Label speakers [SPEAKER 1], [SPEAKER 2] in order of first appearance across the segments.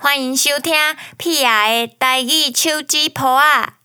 [SPEAKER 1] 欢迎收听《屁雅的台语手指抱啊》。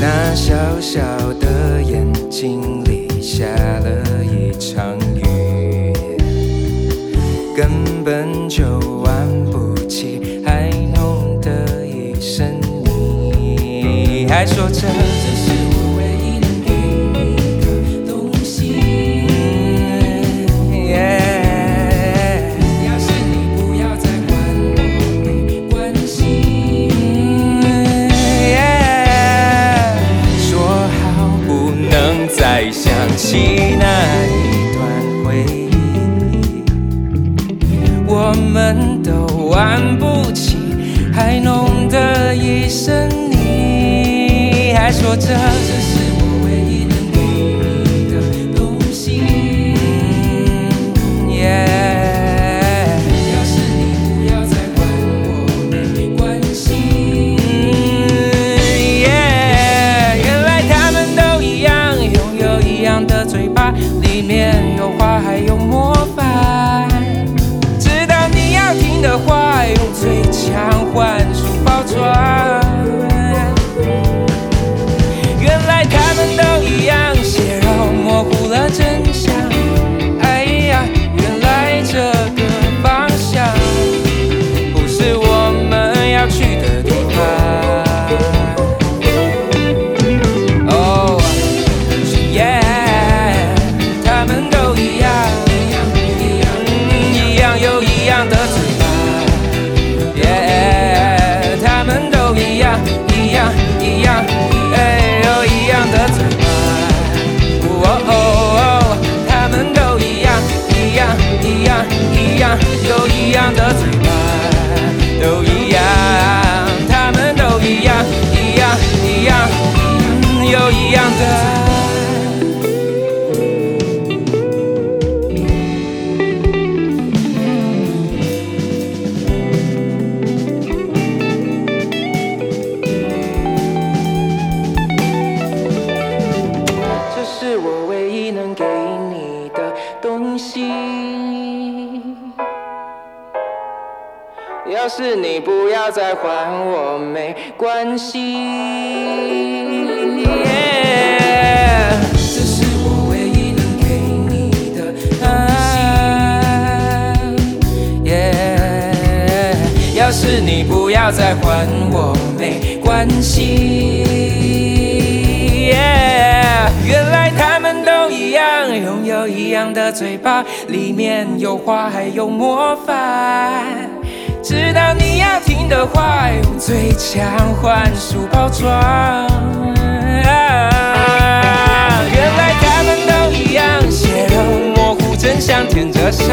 [SPEAKER 2] 那小小的眼睛里下了一场雨，根本就玩不起，还弄得一身泥，还说这只是我唯一能给你的东西。要是你不要再管我，没关系。说好不能再想起那一段回忆，我们都玩不起，还弄得一身泥，还说这只是我唯一能给你的东西。要是你不要再管我，没关系。原来他们都一样，拥有一样的嘴巴，里面有话还有魔法。知道你要听的话，用最强幻术包装。原来他们都一样，血肉模糊了真相。哎呀，原来这个方向不是我们要去的地方。哦、耶！他们都一样，一样又一样的嘴巴，耶！他们都一样，一样一样，哎，又一样的嘴巴，哦哦，他们都一样，一样一样一样又一样的嘴巴，都一样，他们都一样，一样一样又一样的。这是我唯一能给你的东西。要是你不要再还我，没关系。这是我唯一能给你的东西。耶，要是你不要再还我，没关系。耶，原来他们都一样，拥有一样的嘴巴，里面有话还有魔法。知道你要听的话，用最强幻术包装。啊原来他们都一样，血肉模糊，真相舔着伤。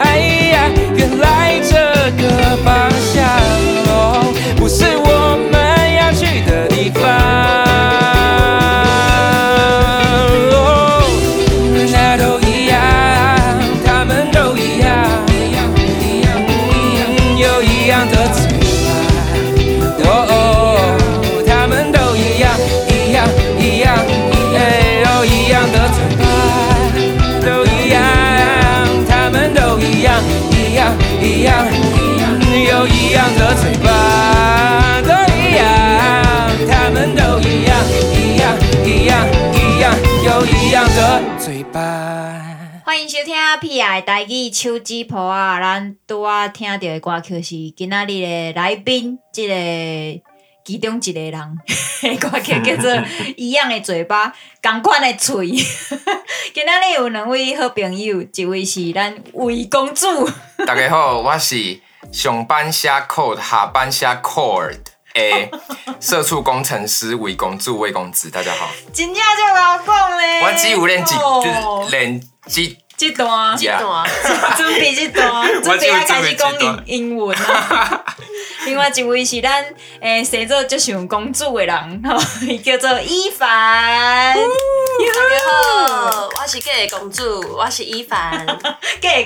[SPEAKER 2] 哎呀，原来这个方向哦，不是我们要去的地方。哦，那都一样，他们都一样，一样一样一样，又一样的嘴巴。哦，他们都一样，一样，一样，哎，都一样的嘴巴，都一样，他们都一样，一样，一样，又一样的嘴巴，都一样，他们都一样，一样，一样，一样，又一样的嘴巴。
[SPEAKER 1] 欢迎收听《屁雅的台语手指抱啊》，咱拄啊听到的歌曲是今仔日的来宾，即、个其中一个人 的歌曲叫做《一样的嘴巴》，共款的嘴。 今仔日有两位好朋友，一位是咱魏公主，
[SPEAKER 3] 大家好，我是上班写 code，下班写 cord，
[SPEAKER 4] A，社畜工程师魏公主魏公子，大家好。
[SPEAKER 1] 真正就老讲咧。
[SPEAKER 4] 我只有练几，就是
[SPEAKER 1] 哦
[SPEAKER 4] 练几
[SPEAKER 1] 这段，
[SPEAKER 4] 呀。
[SPEAKER 3] 啊，
[SPEAKER 1] 准备这段，准备要啊开始讲英英文啊。 另外一位是咱诶，谁做就想公主的人， 吼，伊叫做伊凡，
[SPEAKER 3] 大家好，哦我是 gay 公主，我是伊凡，
[SPEAKER 1] 个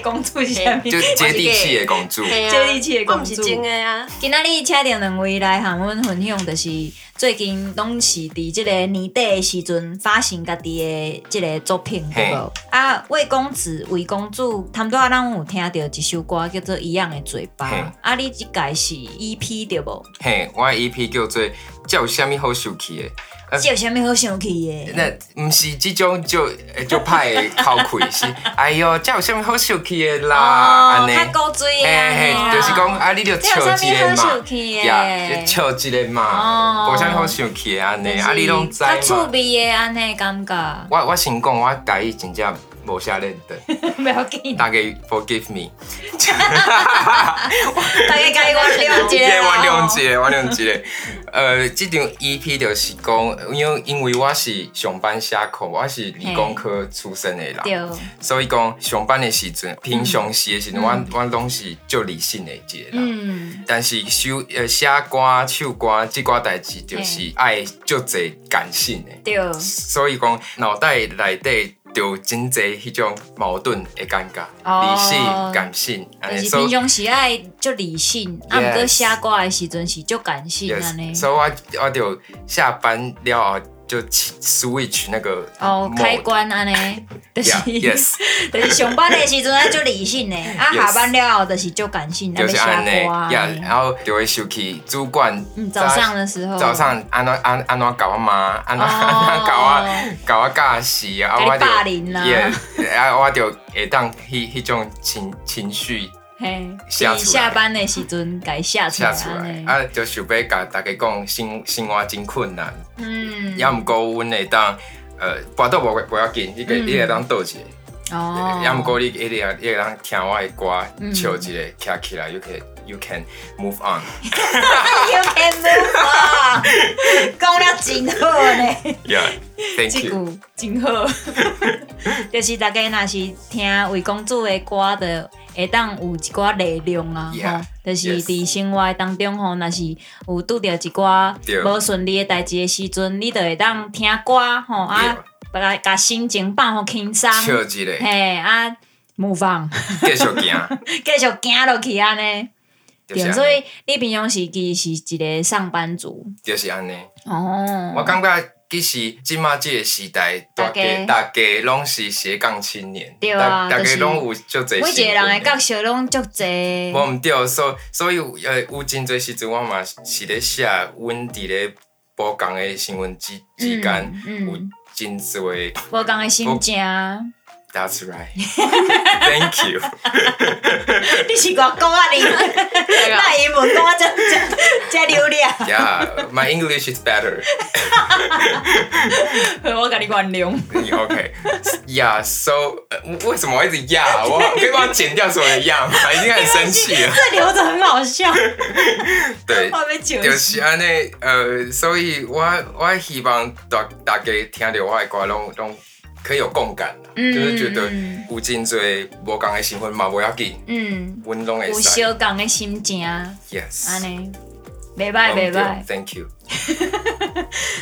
[SPEAKER 1] 公主是啥物
[SPEAKER 4] 就？接地气的公主，
[SPEAKER 3] 嘿啊
[SPEAKER 1] 接地气的公主
[SPEAKER 3] 我毋是真的啊，
[SPEAKER 1] 今仔日请到两位来和阮分享，就是最近拢是伫即个年底的时阵发行家己的即个作品，对无？啊，魏公子、魏公主，他们拄仔咱有听到一首歌叫做《一样的嘴巴
[SPEAKER 4] 嘿》，
[SPEAKER 1] 啊，你即届是 EP 对无？
[SPEAKER 4] 嘿，我的 EP 叫做叫虾米好生气的，呃
[SPEAKER 1] 这有啥物好生气的？
[SPEAKER 4] 那毋是这种就就派的口气，是哎哟，这有虾米好生气的啦，
[SPEAKER 1] 哦
[SPEAKER 4] 安，尼，
[SPEAKER 1] 较古锥的
[SPEAKER 4] 嘿
[SPEAKER 1] 啊
[SPEAKER 4] 嘿，，就是讲啊，你就
[SPEAKER 1] 这有
[SPEAKER 4] 笑一
[SPEAKER 1] 啥
[SPEAKER 4] 个
[SPEAKER 1] 物好
[SPEAKER 4] 嘛
[SPEAKER 1] 生，气的
[SPEAKER 4] 就笑一个嘛，
[SPEAKER 1] 哦
[SPEAKER 4] 无啥物好生气的安
[SPEAKER 1] 就
[SPEAKER 4] 尼，
[SPEAKER 1] 是
[SPEAKER 4] 啊，你拢知
[SPEAKER 1] 较趣
[SPEAKER 4] 嘛。
[SPEAKER 1] 味的安尼的感觉，
[SPEAKER 4] 我我先讲，我台语真正无啥认 得，
[SPEAKER 1] 不要紧，
[SPEAKER 4] 大家 forgive me，
[SPEAKER 1] 大家家我了解
[SPEAKER 4] 耶
[SPEAKER 1] 啦。
[SPEAKER 4] 我谅
[SPEAKER 1] 哦。
[SPEAKER 4] 解，我谅解。 呃，这张 EP 就是讲，因为因为我是上班写课，我是理工科出身的人，
[SPEAKER 1] 对。
[SPEAKER 4] 所以讲上班的时阵，平常时的时阵，我我拢是就理性的一个人。
[SPEAKER 1] 嗯，
[SPEAKER 4] 但是手呃写歌、唱歌即寡代志，就是爱就侪感性的。
[SPEAKER 1] 对，
[SPEAKER 4] 所以讲脑袋内底就真侪迄种矛盾的感觉，
[SPEAKER 1] 哦
[SPEAKER 4] 理性、感性，安
[SPEAKER 1] 但
[SPEAKER 4] 尼
[SPEAKER 1] 是
[SPEAKER 4] 所
[SPEAKER 1] 平
[SPEAKER 4] 以
[SPEAKER 1] 常时爱足理性，啊，毋
[SPEAKER 4] Yes
[SPEAKER 1] 过写歌的时阵是足感性安尼
[SPEAKER 4] yes，。所以我我就下班了后就起 switch 那个
[SPEAKER 1] 哦，
[SPEAKER 4] mode
[SPEAKER 1] 开关安尼，就是
[SPEAKER 4] Yeah，yes
[SPEAKER 1] 就是上班的时阵爱足理性的，啊，
[SPEAKER 4] Yes
[SPEAKER 1] 下班了后就是足感性，
[SPEAKER 4] 就是安
[SPEAKER 1] 尼
[SPEAKER 4] 尼呀，然后就会收起主管
[SPEAKER 1] 啊嗯，早上的时候，
[SPEAKER 4] 早上安怎安安怎搞我妈，安怎
[SPEAKER 1] 哦
[SPEAKER 4] 安怎搞我搞我教死啊，啊
[SPEAKER 1] 给你
[SPEAKER 4] 我就
[SPEAKER 1] 霸凌啦
[SPEAKER 4] Yeah，啊我就会当迄迄种情情绪
[SPEAKER 1] 嘿，
[SPEAKER 4] 下
[SPEAKER 1] 是
[SPEAKER 4] 出来
[SPEAKER 1] 下班的时阵该下出来
[SPEAKER 4] 写出来
[SPEAKER 1] 安，尼。
[SPEAKER 4] 啊就想要甲大家讲生生活真困难，
[SPEAKER 1] 嗯，
[SPEAKER 4] 也毋过阮会当呃跋倒无无要紧，你个
[SPEAKER 1] 嗯
[SPEAKER 4] 你会当倒一个。
[SPEAKER 1] 哦，
[SPEAKER 4] 也毋 过你一定要一定要听我的歌，
[SPEAKER 1] 嗯
[SPEAKER 4] 笑一个，站起来，you can you can move on。
[SPEAKER 1] You can move on，讲了真好呢。
[SPEAKER 4] Yeah，thank
[SPEAKER 1] 即
[SPEAKER 4] you。
[SPEAKER 1] 句真好， 就是大家若是听魏公主的歌的，会当有一寡力量啊，吼
[SPEAKER 4] Yeah,
[SPEAKER 1] 就是
[SPEAKER 4] yes.
[SPEAKER 1] 伫生活的当中吼，若是有拄着一寡
[SPEAKER 4] 对
[SPEAKER 1] 无顺利的代志的时阵，你就会当听歌吼啊，把甲心情放互轻松，
[SPEAKER 4] 笑一个，
[SPEAKER 1] 啊嘿啊，模仿
[SPEAKER 4] 继续 行。
[SPEAKER 1] 继续行落去安尼。
[SPEAKER 4] 就
[SPEAKER 1] 对，
[SPEAKER 4] 是安尼
[SPEAKER 1] 所以你平常时其实是一个上班族
[SPEAKER 4] 就是安尼。
[SPEAKER 1] 哦。
[SPEAKER 4] 我感觉其实即马即个时代，
[SPEAKER 1] 大
[SPEAKER 4] 大
[SPEAKER 1] 家
[SPEAKER 4] 家大家拢是斜杠青年，
[SPEAKER 1] 对啊
[SPEAKER 4] 大大
[SPEAKER 1] 就
[SPEAKER 4] 家
[SPEAKER 1] 是
[SPEAKER 4] 拢有足侪。
[SPEAKER 1] 每一个人的角色拢足侪。
[SPEAKER 4] 我毋对，所所以有呃有真侪时阵，我嘛是咧写阮伫咧播讲的新闻之之间
[SPEAKER 1] 嗯嗯
[SPEAKER 4] 有真侪。
[SPEAKER 1] 无共的心情，啊
[SPEAKER 4] That's right. Thank you.
[SPEAKER 1] 你是外讲啊你，那英文讲啊真真真流利
[SPEAKER 4] Yeah, my English is better.
[SPEAKER 1] 我甲你原谅。
[SPEAKER 4] OK. Yeah, so 呃为什么我一直 yeah？我可以帮我剪掉所有的 yeah 吗？已经很生气了。
[SPEAKER 1] 这留着很好笑，
[SPEAKER 4] 对，
[SPEAKER 1] 我被笑
[SPEAKER 4] 就是安尼。呃，所以我我希望大大家听到我的歌，拢拢可以有共感啦，
[SPEAKER 1] 嗯
[SPEAKER 4] 就是觉得
[SPEAKER 1] 嗯
[SPEAKER 4] 有真多无共的新闻嘛，无要紧，
[SPEAKER 1] 嗯，
[SPEAKER 4] 阮拢会
[SPEAKER 1] 有
[SPEAKER 4] 使。
[SPEAKER 1] 相共的心情，啊安
[SPEAKER 4] Yes.
[SPEAKER 1] 尼，袂歹袂歹。
[SPEAKER 4] Thank you.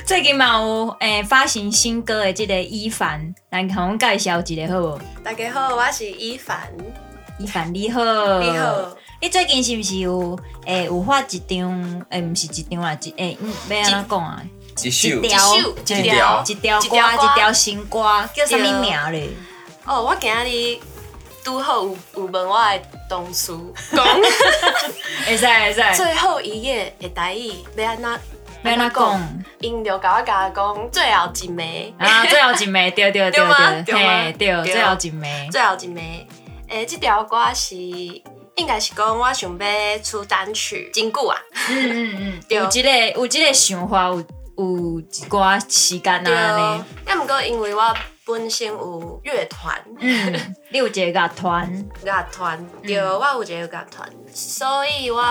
[SPEAKER 1] 最近嘛有诶、发行新歌的即个伊凡，咱甲阮介绍一个好无？
[SPEAKER 3] 大家好，我是伊凡，
[SPEAKER 1] 伊凡你好，
[SPEAKER 3] 你好，
[SPEAKER 1] 你最近是毋是有诶、有发一张诶，毋、是一张啦，一诶、嗯要安怎讲啊？
[SPEAKER 4] 一
[SPEAKER 1] 一
[SPEAKER 4] 首
[SPEAKER 1] 条
[SPEAKER 3] 一
[SPEAKER 4] 条
[SPEAKER 1] 一条歌，
[SPEAKER 3] 一条歌
[SPEAKER 1] 一条新歌，叫啥物名咧？
[SPEAKER 3] 哦，我今日拄好有有问我的同事， 讲
[SPEAKER 1] 会使会使，
[SPEAKER 3] 最后一页的台语要安怎？
[SPEAKER 1] 要安怎讲？
[SPEAKER 3] 因就甲我甲讲最后一枚，
[SPEAKER 1] 啊，最后一枚，对对
[SPEAKER 3] 对吗
[SPEAKER 1] 对
[SPEAKER 3] 对吗
[SPEAKER 1] 嘿对，
[SPEAKER 3] 对
[SPEAKER 1] 最后一枚，
[SPEAKER 3] 最后一枚。诶、这条歌是应该是讲我想要出单曲，真久啊，
[SPEAKER 1] 嗯嗯嗯，
[SPEAKER 3] 对
[SPEAKER 1] 有即个有即个想法，有有一寡时间啊呢。
[SPEAKER 3] 对。要哦毋过因为我本身有乐团，
[SPEAKER 1] 嗯，你有一个乐团，
[SPEAKER 3] 乐
[SPEAKER 1] 嗯
[SPEAKER 3] 团，对，我有一个乐团，所以我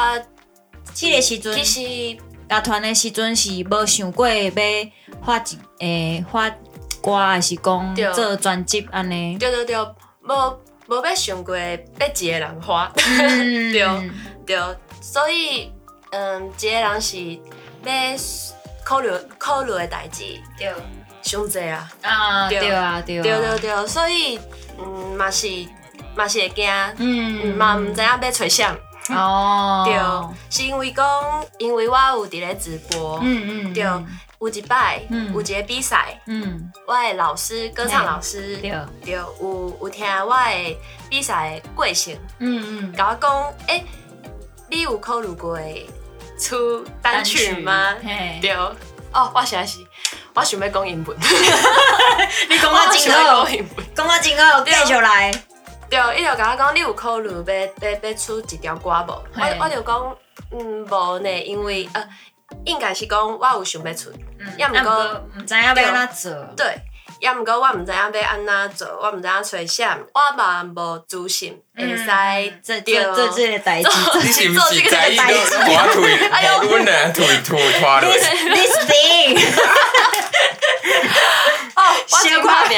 [SPEAKER 1] 即个时阵
[SPEAKER 3] 其实
[SPEAKER 1] 乐团的时阵是无想过要发一诶、发歌，还是讲
[SPEAKER 3] 对
[SPEAKER 1] 做专辑安 尼。
[SPEAKER 3] 对对对，无无要想过要一个人花，
[SPEAKER 1] 嗯
[SPEAKER 3] 对 对，所以嗯，一个人是要考虑考虑的代志，
[SPEAKER 1] 对
[SPEAKER 3] 伤济啊，
[SPEAKER 1] 啊，
[SPEAKER 3] 对
[SPEAKER 1] 嗯对啊，对啊，
[SPEAKER 3] 对对对，所以嗯，嘛是嘛是会惊，嗯
[SPEAKER 1] 嗯，
[SPEAKER 3] 嘛毋知影要找谁，
[SPEAKER 1] 哦，
[SPEAKER 3] 对，是因为讲，因为我有伫咧直播，
[SPEAKER 1] 嗯嗯，
[SPEAKER 3] 对，有一摆，
[SPEAKER 1] 嗯
[SPEAKER 3] 有一个比赛，
[SPEAKER 1] 嗯，
[SPEAKER 3] 我的老师歌唱老师，
[SPEAKER 1] 对，嗯
[SPEAKER 3] 对，有有听我的比赛的过程，
[SPEAKER 1] 嗯，
[SPEAKER 3] 甲我讲，诶、你有考虑过出单曲吗？
[SPEAKER 1] 嘿，
[SPEAKER 3] 对，哦，我想是，我想要讲英文，
[SPEAKER 1] 你讲
[SPEAKER 3] 我想要
[SPEAKER 1] 好
[SPEAKER 3] 讲，英文。
[SPEAKER 1] 讲啊真好，继
[SPEAKER 3] 对
[SPEAKER 1] 续来，
[SPEAKER 3] 对，哦伊就甲我讲，你有考虑要要要出一条歌无？
[SPEAKER 1] 嘿
[SPEAKER 3] 我我就讲，嗯，无呢，因为呃，应该是讲我有想要出，
[SPEAKER 1] 嗯
[SPEAKER 3] 要不过
[SPEAKER 1] 啊不过唔知影要安怎做，
[SPEAKER 3] 对，也毋过我毋知影要安怎做，我毋知影找啥，我嘛无自信，会使
[SPEAKER 1] 嗯这这这这个代志，
[SPEAKER 4] 你是不是在意都拖腿，阮俩腿腿拖落？
[SPEAKER 1] this this thing
[SPEAKER 3] 哦，我
[SPEAKER 1] 小
[SPEAKER 3] 真
[SPEAKER 1] 可
[SPEAKER 3] 打拼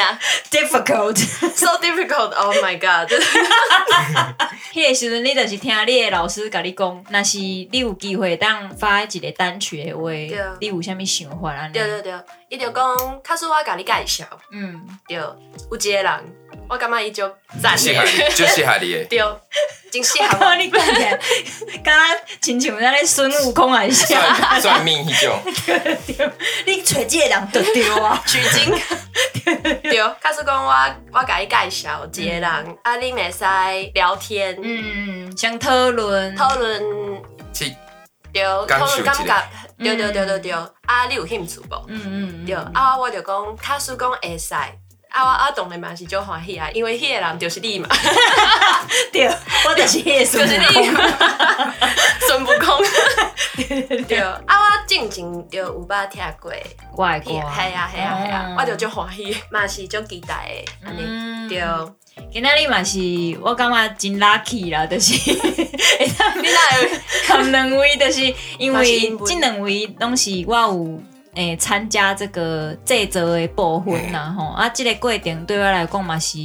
[SPEAKER 1] difficult。
[SPEAKER 3] ，so difficult，oh my god，
[SPEAKER 1] 迄个时阵，你就是听你的老师甲你讲，若是你有机会当发一个单曲的话
[SPEAKER 3] 对，啊
[SPEAKER 1] 你有啥物想法安尼？
[SPEAKER 3] 对对对，伊就讲，卡实我甲你介绍，
[SPEAKER 1] 嗯，
[SPEAKER 3] 对，有一个人，我感觉伊就赞
[SPEAKER 4] 适合
[SPEAKER 3] 的，
[SPEAKER 4] 你，就适合你的。
[SPEAKER 3] 对，真适合我！
[SPEAKER 1] 靠，你讲起来，敢若亲像咱咧孙悟空还是啥？
[SPEAKER 4] 算算命迄种，
[SPEAKER 1] 你找即个人就对啊
[SPEAKER 3] 取经，对，卡实讲我我甲你介绍一个人，啊，你袂使聊天，
[SPEAKER 1] 嗯，想讨论，
[SPEAKER 3] 讨论。
[SPEAKER 4] 是
[SPEAKER 3] 对，
[SPEAKER 4] 感
[SPEAKER 3] 讨论
[SPEAKER 4] 受
[SPEAKER 3] 感
[SPEAKER 4] 一下
[SPEAKER 3] 觉，对对对对对，啊，你有兴趣无？
[SPEAKER 1] 嗯嗯
[SPEAKER 3] 对，
[SPEAKER 1] 嗯，
[SPEAKER 3] 啊，我就讲，他叔讲会使，啊，我啊当然嘛是就欢喜啊，因为迄个人就是你嘛，
[SPEAKER 1] 对，我就是迄个
[SPEAKER 3] 就
[SPEAKER 1] 孙
[SPEAKER 3] 是
[SPEAKER 1] 悟
[SPEAKER 3] 你
[SPEAKER 1] 空。
[SPEAKER 3] 嘛， 孙悟空， 对，啊，我进前就有捌听过，系
[SPEAKER 1] 我的歌，
[SPEAKER 3] 啊系啊系啊
[SPEAKER 1] 嗯，
[SPEAKER 3] 我就就欢喜，嘛是就期待的，安尼，
[SPEAKER 1] 嗯
[SPEAKER 3] 对，
[SPEAKER 1] 今仔日嘛是，我感觉真 lucky 啦，就是会当
[SPEAKER 3] 你哪 有？
[SPEAKER 1] 含两位，就是因
[SPEAKER 3] 嘛是
[SPEAKER 1] 为
[SPEAKER 3] 因为
[SPEAKER 1] 即两位拢是我有诶参、加这个制作的部分啦吼，啊，即、个过程对我来讲嘛是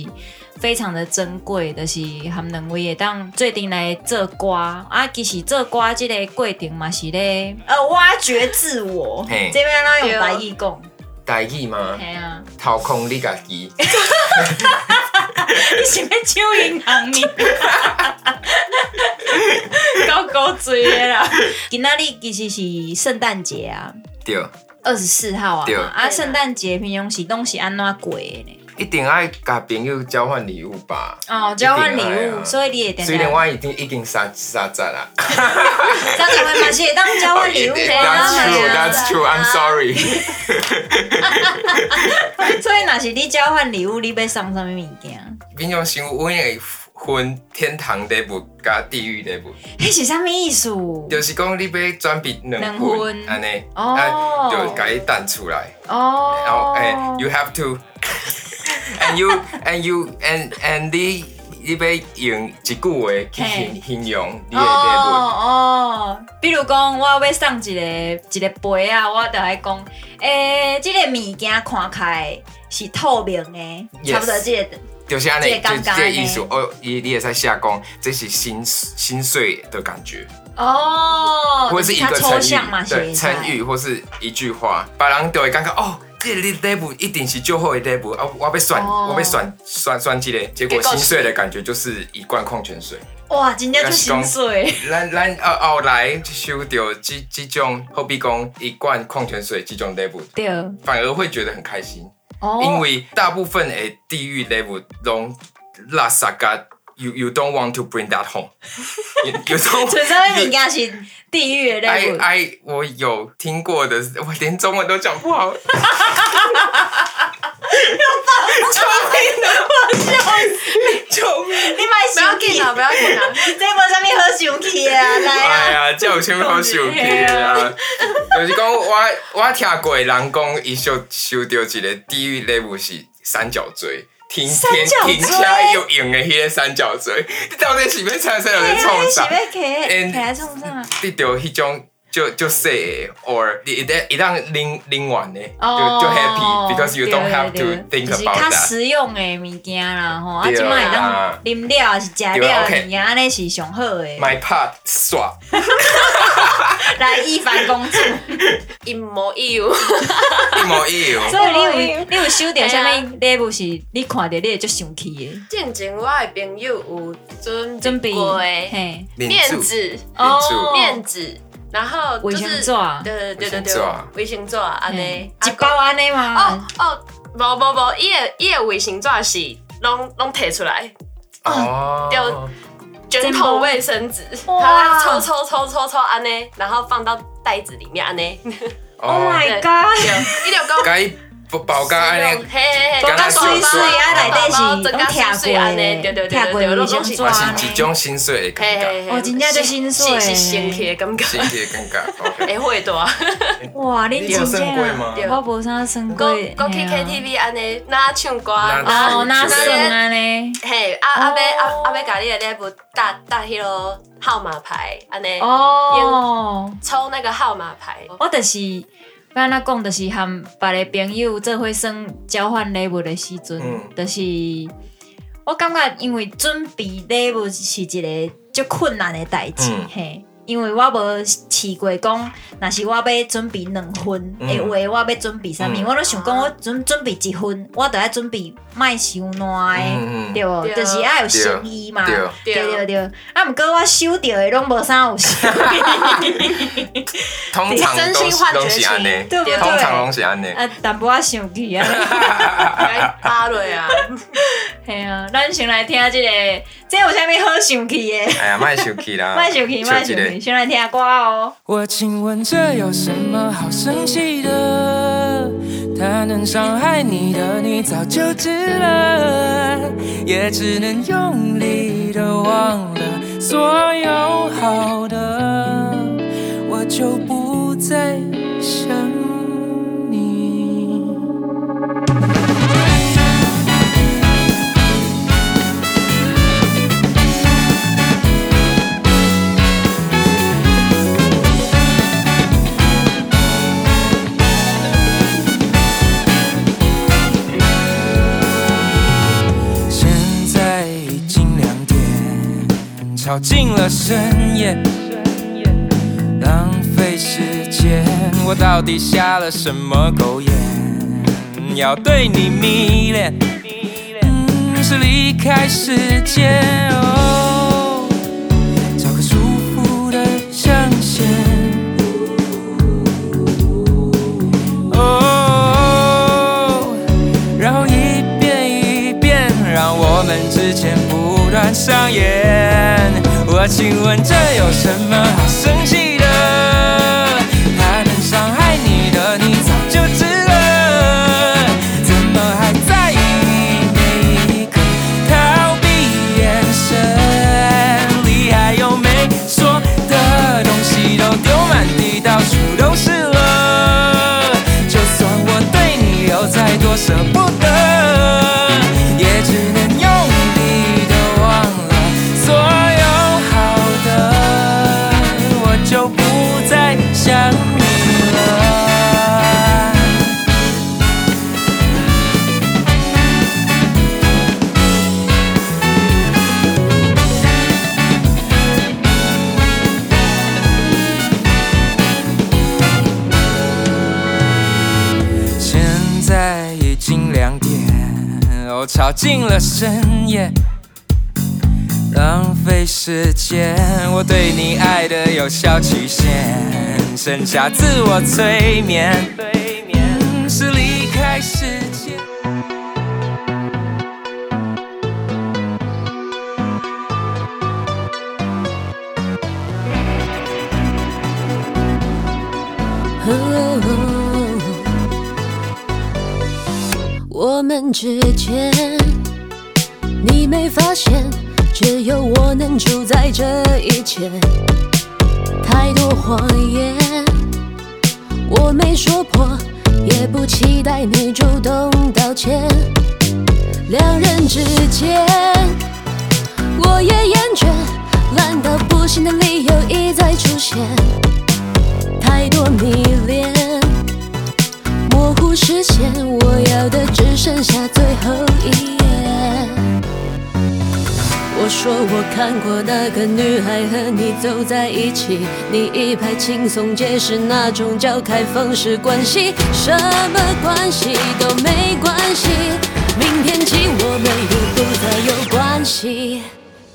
[SPEAKER 1] 非常的珍贵，就是含两位会当做阵来做歌，啊，其实做歌即个过程嘛是咧呃挖掘自我
[SPEAKER 4] 嘿，
[SPEAKER 1] 这边咱用台语讲，
[SPEAKER 4] 台语吗？
[SPEAKER 1] 系啊，
[SPEAKER 4] 掏空你家己，
[SPEAKER 1] 你是要抢银行 呢？够够醉的啦！今仔日其实是圣诞节啊，
[SPEAKER 4] 对，
[SPEAKER 1] 二十四号啊
[SPEAKER 4] 对
[SPEAKER 1] 嘛，啊，圣诞节平常时拢是安怎过的呢？
[SPEAKER 4] 一定爱甲朋友交换礼物吧。
[SPEAKER 1] 哦，交换礼
[SPEAKER 4] 一定爱
[SPEAKER 1] 物，
[SPEAKER 4] 啊
[SPEAKER 1] 所以你会点
[SPEAKER 4] 虽然我已经已经三三十啦，
[SPEAKER 1] 三十万嘛是会当交换礼 物的啊，
[SPEAKER 4] That's
[SPEAKER 1] 嘿
[SPEAKER 4] true,
[SPEAKER 1] 啊
[SPEAKER 4] that's true. I'm sorry.
[SPEAKER 1] 所以若是你交换礼物，你要送什么物件？
[SPEAKER 4] 平常时阮会分天堂礼物甲地狱礼物，
[SPEAKER 1] 迄是啥物意思？
[SPEAKER 4] 就是讲你要转变两
[SPEAKER 1] 两
[SPEAKER 4] 分
[SPEAKER 1] 分
[SPEAKER 4] 安尼，
[SPEAKER 1] 哦
[SPEAKER 4] 啊，就甲伊弹出来。然后哎诶
[SPEAKER 1] 哦，
[SPEAKER 4] ，you have to and you and you and and 你你要用一句话去形形容你
[SPEAKER 1] 哦
[SPEAKER 4] 的礼
[SPEAKER 1] 哦，比如讲，我要送一个一个杯啊，我就爱讲，诶、即、个物件看起来是透明的
[SPEAKER 4] Yes
[SPEAKER 1] 差不多即、个。
[SPEAKER 4] 物，就是安
[SPEAKER 1] 这
[SPEAKER 4] 尼，
[SPEAKER 1] 个感
[SPEAKER 4] 就
[SPEAKER 1] 觉
[SPEAKER 4] 这个意思。哦，你你也在下讲，这是心心碎的感觉，
[SPEAKER 1] 哦，
[SPEAKER 4] 或者是一
[SPEAKER 1] 它
[SPEAKER 4] 个
[SPEAKER 1] 抽
[SPEAKER 4] 成
[SPEAKER 1] 象嘛，
[SPEAKER 4] 语，
[SPEAKER 1] 是
[SPEAKER 4] 对，成语或是一句话，别人就会感觉哦。这个礼物一定是最好的礼物啊！我要选，
[SPEAKER 1] 哦
[SPEAKER 4] 我要选选选这个，结果心碎的感觉就是一罐矿泉水。
[SPEAKER 1] 哇，真正就心碎。
[SPEAKER 4] 咱咱后后来收到这这种，好比讲一罐矿泉水这种 level，
[SPEAKER 1] 对，
[SPEAKER 4] 反而会觉得很开心，
[SPEAKER 1] 哦，
[SPEAKER 4] 因为大部分的地狱 level 拢垃圾噶。You you don't want to bring that home. You, you don't.
[SPEAKER 1] 所以这边应该是地狱的
[SPEAKER 4] I
[SPEAKER 1] 那部
[SPEAKER 4] I 哎我有听过的，我连中文都讲不好。
[SPEAKER 1] 救命！你买
[SPEAKER 3] 不要
[SPEAKER 1] 生
[SPEAKER 3] 紧啊
[SPEAKER 1] 气，
[SPEAKER 3] 啦，不要紧啦，
[SPEAKER 1] 这无啥物好生气的 啊，来
[SPEAKER 4] 哎
[SPEAKER 1] 啊！
[SPEAKER 4] 呀，这有啥物好受气的啊？ 就是讲我我听过人讲，伊收收到一个地狱礼物是三角锥。停
[SPEAKER 1] 三
[SPEAKER 4] 停
[SPEAKER 1] 角锥
[SPEAKER 4] 停车又用的迄个三角锥，你到底是要唱啥？有在
[SPEAKER 1] 哎呀
[SPEAKER 4] 创
[SPEAKER 1] 你是要？
[SPEAKER 4] 啥
[SPEAKER 1] 起起来
[SPEAKER 4] 嗯
[SPEAKER 1] 创啥？
[SPEAKER 4] 你着迄种就就 say or 一旦一旦拎拎完呢，就
[SPEAKER 1] 哦
[SPEAKER 4] 就 happy because you don't have
[SPEAKER 1] 对
[SPEAKER 4] to
[SPEAKER 1] 对对
[SPEAKER 4] think
[SPEAKER 1] 就是较
[SPEAKER 4] about that。
[SPEAKER 1] 实用的物件啦吼，啊，
[SPEAKER 4] 对啊
[SPEAKER 1] 即摆当啉了是食
[SPEAKER 4] 对啊
[SPEAKER 1] 了，
[SPEAKER 4] ，OK
[SPEAKER 1] 物件安尼是上好的，
[SPEAKER 4] My part 耍，
[SPEAKER 1] 来一帆公 主。
[SPEAKER 3] 一模一样。
[SPEAKER 4] 一模一样。
[SPEAKER 1] 所以你有你有收到啥
[SPEAKER 3] 哎
[SPEAKER 1] 物礼物是你看着你会足生气的？
[SPEAKER 3] 之前我的朋友有准
[SPEAKER 1] 准备
[SPEAKER 3] 过的
[SPEAKER 1] 嘿，
[SPEAKER 4] 面
[SPEAKER 3] 面
[SPEAKER 4] 子，
[SPEAKER 3] 子、
[SPEAKER 4] 面
[SPEAKER 1] 哦
[SPEAKER 4] 子，
[SPEAKER 3] 面子，然后就
[SPEAKER 1] 卫
[SPEAKER 3] 是
[SPEAKER 1] 生纸啊
[SPEAKER 3] 对对对对
[SPEAKER 4] 卫生纸
[SPEAKER 3] 对
[SPEAKER 4] 啊，
[SPEAKER 3] 卫生纸啊安尼
[SPEAKER 1] 嘿，一包安尼
[SPEAKER 3] 啊
[SPEAKER 1] 嘛，
[SPEAKER 3] 还有哦哦，无无无，伊的伊的卫生纸是拢拢摕出来，
[SPEAKER 4] 哦，
[SPEAKER 3] 掉卷
[SPEAKER 1] 真包
[SPEAKER 3] 筒卫生纸，
[SPEAKER 1] 哇
[SPEAKER 3] 它抽抽抽抽抽安尼，然后放到袋子里面安尼，
[SPEAKER 1] ，Oh
[SPEAKER 4] 哦，
[SPEAKER 1] my god！
[SPEAKER 3] 对，伊就讲。
[SPEAKER 4] 该不包干安
[SPEAKER 3] 嘿嘿嘿，
[SPEAKER 4] 包甲水水啊内
[SPEAKER 1] 底是
[SPEAKER 3] 整个水水安尼，对对对对对，拢是
[SPEAKER 1] 哇
[SPEAKER 4] 嘛是一种薪水的感觉，
[SPEAKER 1] 哦真正就心碎
[SPEAKER 3] 是是生气的感觉，
[SPEAKER 4] 薪水的感 觉。OK，
[SPEAKER 3] 会会多。
[SPEAKER 1] 哇，你
[SPEAKER 4] 你有
[SPEAKER 1] 真
[SPEAKER 4] 算
[SPEAKER 1] 正
[SPEAKER 4] 过吗
[SPEAKER 3] 对
[SPEAKER 1] 我无啥算过，
[SPEAKER 3] 讲讲去
[SPEAKER 1] 嘿啊
[SPEAKER 3] KTV 安尼，哪唱歌，
[SPEAKER 4] 哪
[SPEAKER 1] 哦，那算安尼，
[SPEAKER 3] 嘿，啊啊
[SPEAKER 1] 哦
[SPEAKER 3] 要啊啊要甲你的礼物搭搭迄个号码牌安尼，
[SPEAKER 1] 哦，
[SPEAKER 3] 抽那个号码牌。
[SPEAKER 1] 我就是。要安那讲，就是含别个朋友做伙算交换礼物的时阵，
[SPEAKER 4] 嗯
[SPEAKER 1] 就是我感觉，因为准备礼物是一个足困难的代志
[SPEAKER 4] 嗯，
[SPEAKER 1] 嘿、因为我无试过讲，若是我要准备两分
[SPEAKER 4] 嗯
[SPEAKER 1] 的话，我要准备啥物，
[SPEAKER 4] 嗯
[SPEAKER 1] 我都想讲，我准准备一分，我得要准备卖伤烂的。
[SPEAKER 4] 嗯
[SPEAKER 1] 对无，
[SPEAKER 3] 对
[SPEAKER 1] 就是爱有诚意嘛，
[SPEAKER 4] 对
[SPEAKER 1] 对
[SPEAKER 3] 对
[SPEAKER 1] 对对。啊，毋过我收到的拢无啥有诚 意，
[SPEAKER 4] 通常
[SPEAKER 3] 真
[SPEAKER 4] 都
[SPEAKER 3] 心
[SPEAKER 4] 是
[SPEAKER 3] 换
[SPEAKER 4] 都
[SPEAKER 3] 绝
[SPEAKER 4] 是安尼
[SPEAKER 3] 情，，
[SPEAKER 1] 对不对？
[SPEAKER 4] 通常拢是安尼。
[SPEAKER 1] 啊，淡薄仔生气啊。
[SPEAKER 3] 该巴瑞啊，
[SPEAKER 1] 嘿啊，咱先来听即、个，这有啥物好生气的？
[SPEAKER 4] 哎呀，卖生气 啦，
[SPEAKER 1] 莫生气，莫生
[SPEAKER 4] 笑一下
[SPEAKER 1] 气，先来听歌哦。
[SPEAKER 2] 我亲吻这有什么好生气的？它能伤害你的，你早就知了，也只能用力的忘了所有好的，我就不再想你。现在已经两点，吵进了深夜，浪费时间。我到底下了什么狗眼，要对你迷恋？嗯，是离开世界哦，找个舒服的象限。哦，然后一遍一遍，让我们之间不断上演。我请问这有什么好生气的？它能伤害你的，你早就知了，怎么还在意每一个逃避眼神里还有没说的东西都丢满地，到处都是了。就算我对你有再多舍不得，也只能用力的忘了所有好的，我就不再想你了。现在已经两点，哦，吵进了深夜，浪费时间。我对你爱的有效期限，剩下自我催眠，嗯是离开世界。
[SPEAKER 5] 我们之间，你没发现，只有我能主宰这一切。太多谎言，我没说破，也不期待你主动道歉。两人之间，我也厌倦，烂到不行的理由一再出现。太多迷恋，模糊视线，我要的只剩下最后一眼。我说我看过那个女孩和你走在一起，你一派轻松解释那种叫开放式关系，什么关系都没关系，明天起我们又不再有关系。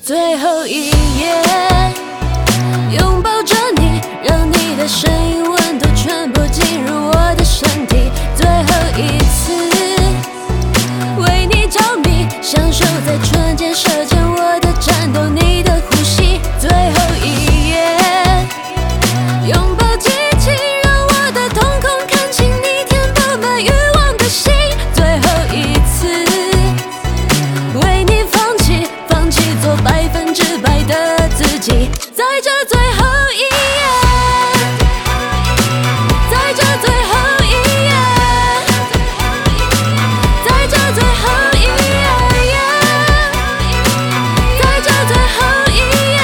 [SPEAKER 5] 最后一夜。拥抱着你，让你的声音温度全部进入我的身体，最后一次为你着迷，享受在唇间舌尖我的颤抖，你的呼吸，最后一夜。拥抱激情，让我的瞳孔看清你填饱满欲望的心。最后一次为你放弃，放弃做百分之百的自己，在这最后一夜，在这最后一夜，在这最后一夜，在这最后一夜。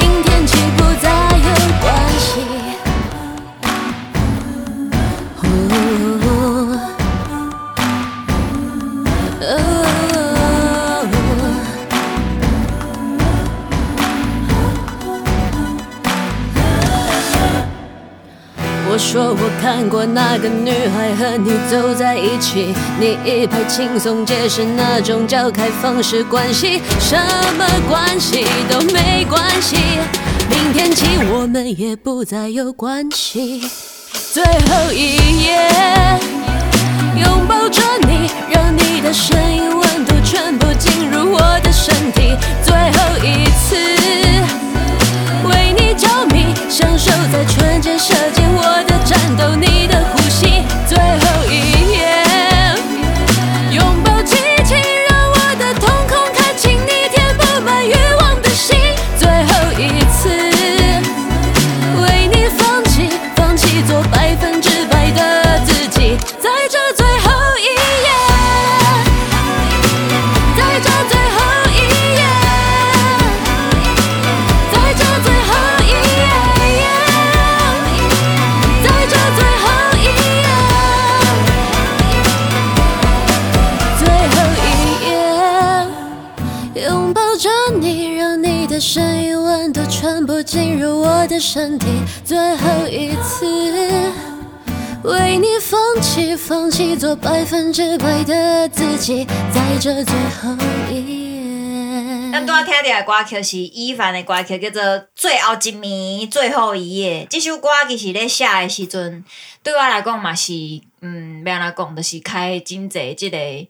[SPEAKER 5] 明天起不再有关系。哦哦我说我看过那个女孩和你走在一起，你一派轻松解释那种叫开放式关系，什么关系都没关系。明天起我们也不再有关系。最后一夜，拥抱着你，让你的声音温度全部进入我的身体。最后一次。为你着迷，享受在唇间舌尖我的颤抖，你的呼吸，最后一夜，拥抱激情，让我的瞳孔看清你填饱满欲望的心，最后一次为你放弃，放弃做百分之百的自己，在这最后一夜，在这最后一夜。在这最后一夜，在这最后一夜，最后一夜，拥抱着你，让你的声音温度全部进入我的身体，最后一次。为你放弃，放弃做百分之百的自己，在这最后一夜。
[SPEAKER 1] 咱拄仔听到的歌曲是伊凡的歌曲，叫做《最后一暝，最后一夜》。这首歌其实咧写的时阵，对我来讲嘛是，嗯，要安怎讲，就是开真济即个诶，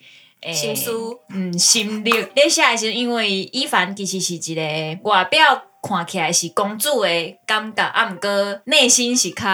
[SPEAKER 3] 心思
[SPEAKER 1] 嗯，心力咧写的时阵，因为伊凡其实是一个外表看起来是公主的感觉，啊，毋过内心是较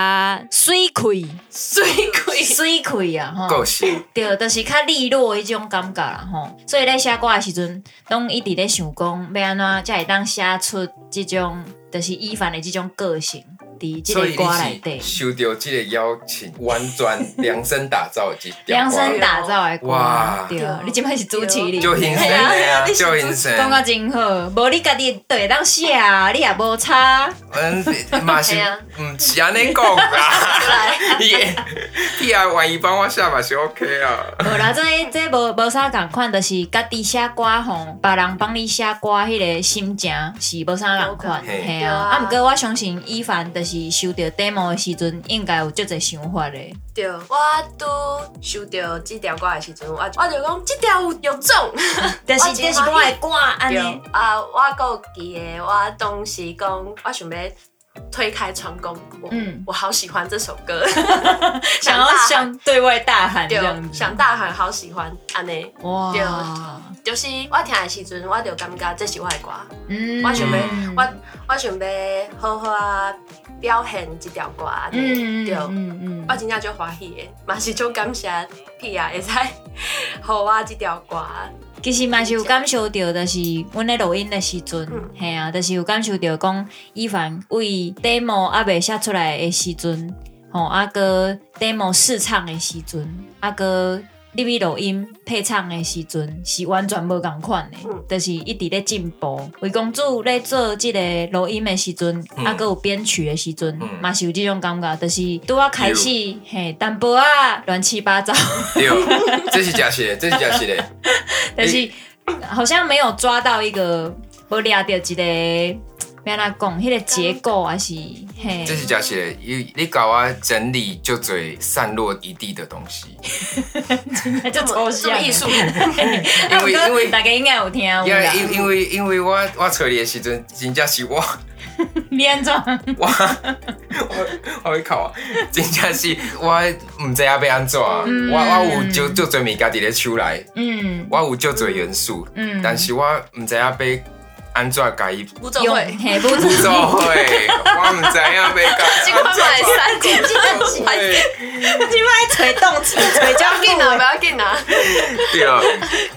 [SPEAKER 1] 水亏、
[SPEAKER 3] 水鬼，
[SPEAKER 1] 水亏啊，吼。
[SPEAKER 4] 够是
[SPEAKER 1] 对，就是较利落迄种感觉啦吼。所以咧写歌的时阵，拢一直咧想讲要安怎才会当写出即种，就是伊凡的即种个性，伫即
[SPEAKER 4] 所
[SPEAKER 1] 个
[SPEAKER 4] 以
[SPEAKER 1] 歌内
[SPEAKER 4] 你
[SPEAKER 1] 底
[SPEAKER 4] 是收到这个邀请，完 全量身打造的一条
[SPEAKER 1] 量
[SPEAKER 4] 歌，
[SPEAKER 1] 身打造的歌
[SPEAKER 4] 哇。
[SPEAKER 1] 对
[SPEAKER 3] 对，
[SPEAKER 1] 你即摆是主持人，
[SPEAKER 4] 就很神
[SPEAKER 1] 嘿啊
[SPEAKER 4] 的啊，
[SPEAKER 3] 你是
[SPEAKER 4] 就很
[SPEAKER 1] 讲
[SPEAKER 4] 神。
[SPEAKER 1] 啊真好，无你家己就会当写，啊你也无差。
[SPEAKER 4] 嗯，嘛是
[SPEAKER 3] 嘿啊，
[SPEAKER 4] 唔是安尼讲 啊啦。 耶，你啊，万一帮我下嘛是 OK 啊。
[SPEAKER 1] 无 啦，这这无无啥共款，就是家己写歌吼，别人帮你写歌，迄个心情是无啥共款，
[SPEAKER 4] 无共
[SPEAKER 1] 嘿
[SPEAKER 3] 对
[SPEAKER 1] 啊。
[SPEAKER 3] 啊
[SPEAKER 1] 啊，毋过我相信伊凡，就是收到 demo 的时阵，应该有足侪想法的。
[SPEAKER 3] 对，我拄收到这条歌的时阵，我我就讲这条有有种，
[SPEAKER 1] 但是
[SPEAKER 3] 我真
[SPEAKER 1] 这是我的歌，安
[SPEAKER 3] 对
[SPEAKER 1] 尼。
[SPEAKER 3] 啊，我还有记得我当时讲，我想要推开窗公，我、
[SPEAKER 1] 嗯
[SPEAKER 3] 我好喜欢这首歌，
[SPEAKER 1] 想要
[SPEAKER 3] 大喊
[SPEAKER 1] 向对外大喊这样子，
[SPEAKER 3] 对，想大喊好喜欢安尼，
[SPEAKER 1] 哇
[SPEAKER 3] 对，就是我听的时阵，我就感觉这是我的歌，
[SPEAKER 1] 嗯
[SPEAKER 3] 我想要我我想要好好啊表现这条歌，安
[SPEAKER 1] 嗯
[SPEAKER 3] 尼
[SPEAKER 1] 嗯
[SPEAKER 3] 对。
[SPEAKER 1] 嗯嗯
[SPEAKER 3] 我真正就欢喜的，嘛是就感谢 P 啊，会使互我这条歌，
[SPEAKER 1] 其实嘛是有感受到，就是阮咧录音的时阵
[SPEAKER 3] 嗯，
[SPEAKER 1] 嘿、啊，就是有感受到讲，伊凡为 demo 啊未写出来的时阵，吼、啊个 demo 试唱的时阵，啊个入去录音配唱的时阵是完全无共款的，
[SPEAKER 3] 嗯
[SPEAKER 1] 就是一直咧进步。为公主咧做即个录音的时阵，
[SPEAKER 4] 嗯
[SPEAKER 1] 啊，佮有编曲的时阵，
[SPEAKER 4] 嗯
[SPEAKER 1] 嘛、是有即种感觉，就是拄啊开始嘿淡薄啊乱七八糟，
[SPEAKER 4] 对，哦这是假实的，这是假实的。
[SPEAKER 1] 但是好像没有抓到一个，无掠到一个。要安怎讲？迄、个结构还是嘿，
[SPEAKER 4] 这是假实的，你你搞我整理就嘴散落一地的东西，
[SPEAKER 1] 就抽象
[SPEAKER 3] 这么
[SPEAKER 1] 的
[SPEAKER 3] 艺术
[SPEAKER 1] 啊
[SPEAKER 4] 因为
[SPEAKER 1] 不过
[SPEAKER 4] 因为
[SPEAKER 1] 大家应该有听有
[SPEAKER 4] 因为
[SPEAKER 1] 啦。
[SPEAKER 4] 因因为因为我我找你的时阵，真正是我
[SPEAKER 1] 你安怎？
[SPEAKER 4] 我我我会哭啊，真正是我唔知影要安怎啊，
[SPEAKER 1] 嗯
[SPEAKER 4] 我我有就就侪物件伫咧手内，
[SPEAKER 1] 嗯
[SPEAKER 4] 我有就侪元素，
[SPEAKER 1] 嗯，
[SPEAKER 4] 但是我唔知影要安怎甲伊
[SPEAKER 3] 吴总
[SPEAKER 1] 用
[SPEAKER 3] 会，
[SPEAKER 1] 嘿， 不
[SPEAKER 4] 做
[SPEAKER 1] 知
[SPEAKER 4] 伙，我唔知影要甲
[SPEAKER 3] 这款买三斤，
[SPEAKER 4] 安怎做伙
[SPEAKER 1] 你爱吹动词，吹
[SPEAKER 3] 不
[SPEAKER 1] 叫
[SPEAKER 3] 要紧啊，不要紧啊，
[SPEAKER 4] 对啊